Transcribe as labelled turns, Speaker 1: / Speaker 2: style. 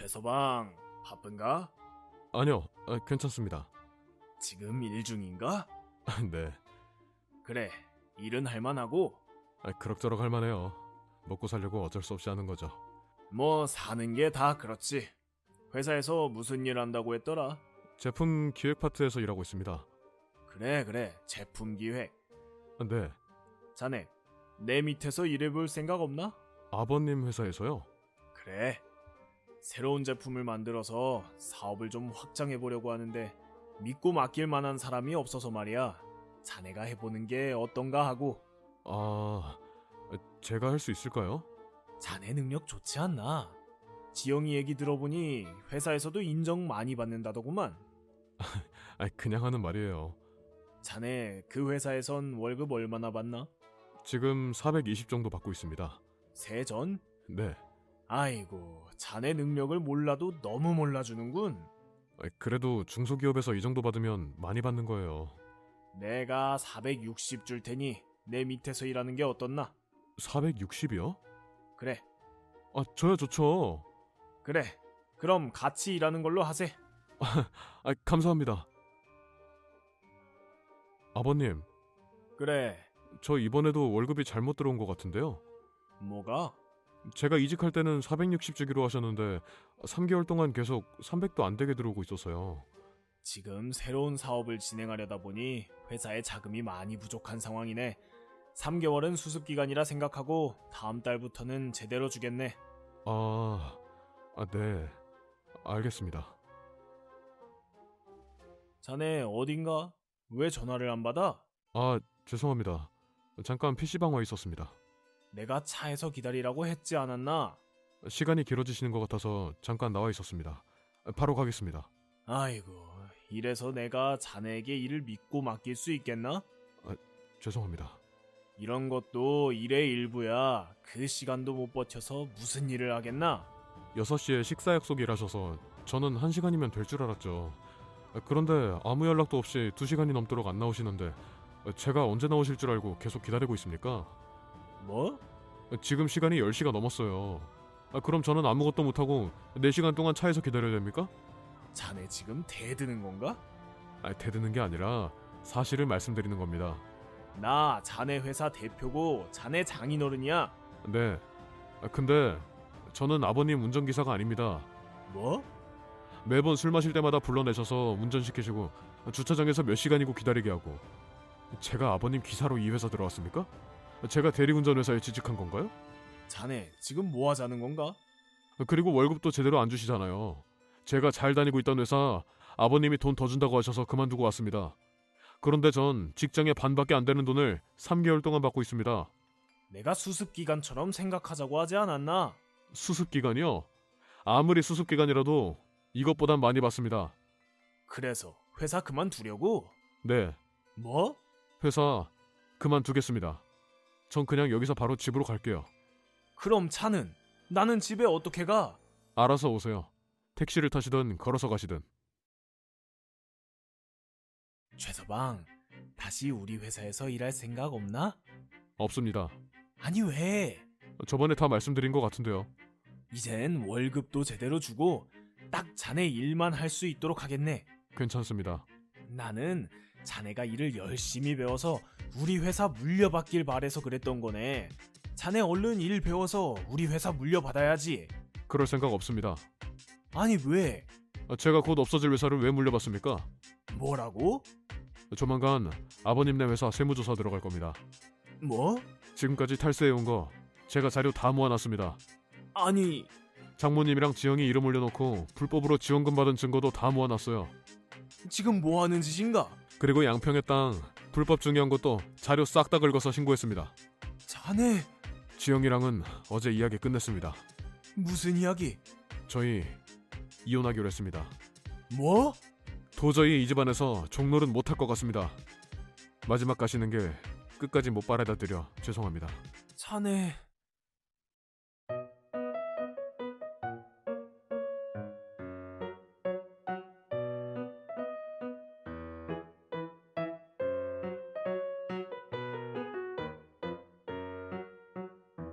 Speaker 1: 해서방 바쁜가?
Speaker 2: 아니요, 아, 괜찮습니다.
Speaker 1: 지금 일 중인가?
Speaker 2: 아, 네,
Speaker 1: 그래 일은 할만하고
Speaker 2: 아, 그럭저럭 할만해요. 먹고 살려고 어쩔 수 없이 하는 거죠.
Speaker 1: 뭐 사는 게 다 그렇지. 회사에서 무슨 일 한다고 했더라?
Speaker 2: 제품 기획 파트에서 일하고 있습니다. 아,
Speaker 1: 그래 그래 제품 기획.
Speaker 2: 네,
Speaker 1: 자네 내 밑에서 일해볼 생각 없나?
Speaker 2: 아버님 회사에서요.
Speaker 1: 그래. 새로운 제품을 만들어서 사업을 좀 확장해 보려고 하는데 믿고 맡길 만한 사람이 없어서 말이야. 자네가 해보는 게 어떤가 하고
Speaker 2: 아, 아, 제가 할 수 있을까요?
Speaker 1: 자네 능력 좋지 않나? 지영이 얘기 들어보니 회사에서도 인정 많이 받는다더구만.
Speaker 2: 아, 그냥 하는 말이에요.
Speaker 1: 자네 그 회사에선 월급 얼마나 받나?
Speaker 2: 지금 420 정도 받고 있습니다.
Speaker 1: 세전?
Speaker 2: 네,
Speaker 1: 아이고, 자네 능력을 몰라도 너무 몰라주는군.
Speaker 2: 아, 그래도 중소기업에서 이 정도 받으면 많이 받는 거예요.
Speaker 1: 내가 460 줄 테니 내 밑에서 일하는 게 어떻나?
Speaker 2: 460이요?
Speaker 1: 그래,
Speaker 2: 아, 저야 좋죠.
Speaker 1: 그래. 그럼 같이 일하는 걸로 하세.
Speaker 2: 아, 감사합니다. 아버님,
Speaker 1: 그래.
Speaker 2: 저 이번에도 월급이 잘못 들어온 것 같은데요.
Speaker 1: 뭐가?
Speaker 2: 제가 이직할 때는 460 주기로 하셨는데 3개월 동안 계속 300도 안 되게 들어오고 있어서요.
Speaker 1: 지금 새로운 사업을 진행하려다 보니 회사에 자금이 많이 부족한 상황이네. 3개월은 수습 기간이라 생각하고 다음 달부터는 제대로 주겠네.
Speaker 2: 아, 아 네, 알겠습니다.
Speaker 1: 자네 어딘가? 왜 전화를 안 받아?
Speaker 2: 아 죄송합니다. 잠깐 PC방 와 있었습니다.
Speaker 1: 내가 차에서 기다리라고 했지 않았나?
Speaker 2: 시간이 길어지시는 것 같아서 잠깐 나와 있었습니다. 바로 가겠습니다.
Speaker 1: 아이고, 이래서 내가 자네에게 일을 믿고 맡길 수 있겠나?
Speaker 2: 죄송합니다.
Speaker 1: 이런 것도 일의 일부야. 그 시간도 못 버텨서 무슨 일을 하겠나?
Speaker 2: 6시에 식사 약속이라셔서 저는 1시간이면 될 줄 알았죠. 그런데 아무 연락도 없이 2시간이 넘도록 안 나오시는데 제가 언제 나오실 줄 알고 계속 기다리고 있습니까?
Speaker 1: 뭐?
Speaker 2: 지금 시간이 10시가 넘었어요. 아, 그럼 저는 아무것도 못하고 4시간 동안 차에서 기다려야 됩니까?
Speaker 1: 자네 지금 대드는 건가?
Speaker 2: 아, 대드는 게 아니라 사실을 말씀드리는 겁니다.
Speaker 1: 나 자네 회사 대표고 자네 장인어른이야.
Speaker 2: 네. 아, 근데 저는 아버님 운전기사가 아닙니다.
Speaker 1: 뭐?
Speaker 2: 매번 술 마실 때마다 불러내셔서 운전시키시고 주차장에서 몇 시간이고 기다리게 하고 제가 아버님 기사로 이 회사 들어왔습니까? 제가 대리운전 회사에 취직한 건가요?
Speaker 1: 자네 지금 뭐 하자는 건가?
Speaker 2: 그리고 월급도 제대로 안 주시잖아요. 제가 잘 다니고 있던 회사 아버님이 돈 더 준다고 하셔서 그만두고 왔습니다. 그런데 전 직장의 반밖에 안 되는 돈을 3개월 동안 받고 있습니다.
Speaker 1: 내가 수습 기간처럼 생각하자고 하지 않았나?
Speaker 2: 수습 기간이요. 아무리 수습 기간이라도 이것보단 많이 받습니다.
Speaker 1: 그래서 회사 그만두려고?
Speaker 2: 네,
Speaker 1: 뭐?
Speaker 2: 회사 그만두겠습니다. 전 그냥 여기서 바로 집으로 갈게요.
Speaker 1: 그럼 차는 나는 집에 어떻게 가?
Speaker 2: 알아서 오세요. 택시를 타시든 걸어서 가시든.
Speaker 1: 최서방 다시 우리 회사에서 일할 생각 없나?
Speaker 2: 없습니다.
Speaker 1: 아니 왜?
Speaker 2: 저번에 다 말씀드린 것 같은데요.
Speaker 1: 이젠 월급도 제대로 주고 딱 자네 일만 할 수 있도록 하겠네.
Speaker 2: 괜찮습니다.
Speaker 1: 나는 자네가 일을 열심히 배워서 우리 회사 물려받길 바래서 그랬던 거네. 자네 얼른 일 배워서 우리 회사 물려받아야지.
Speaker 2: 그럴 생각 없습니다.
Speaker 1: 아니 왜?
Speaker 2: 제가 곧 없어질 회사를 왜 물려받습니까?
Speaker 1: 뭐라고?
Speaker 2: 조만간 아버님네 회사 세무조사 들어갈 겁니다.
Speaker 1: 뭐?
Speaker 2: 지금까지 탈세해온 거 제가 자료 다 모아놨습니다.
Speaker 1: 아니
Speaker 2: 장모님이랑 지영이 이름 올려놓고 불법으로 지원금 받은 증거도 다 모아놨어요.
Speaker 1: 지금 뭐 하는 짓인가?
Speaker 2: 그리고 양평의 땅 불법 증여한 것도 자료 싹 다 긁어서 신고했습니다.
Speaker 1: 자네
Speaker 2: 지영이랑은 어제 이야기 끝냈습니다.
Speaker 1: 무슨 이야기?
Speaker 2: 저희 이혼하기로 했습니다.
Speaker 1: 뭐?
Speaker 2: 도저히 이 집안에서 종로는 못할 것 같습니다. 마지막 가시는 길 끝까지 못 바래다 드려 죄송합니다.
Speaker 1: 자네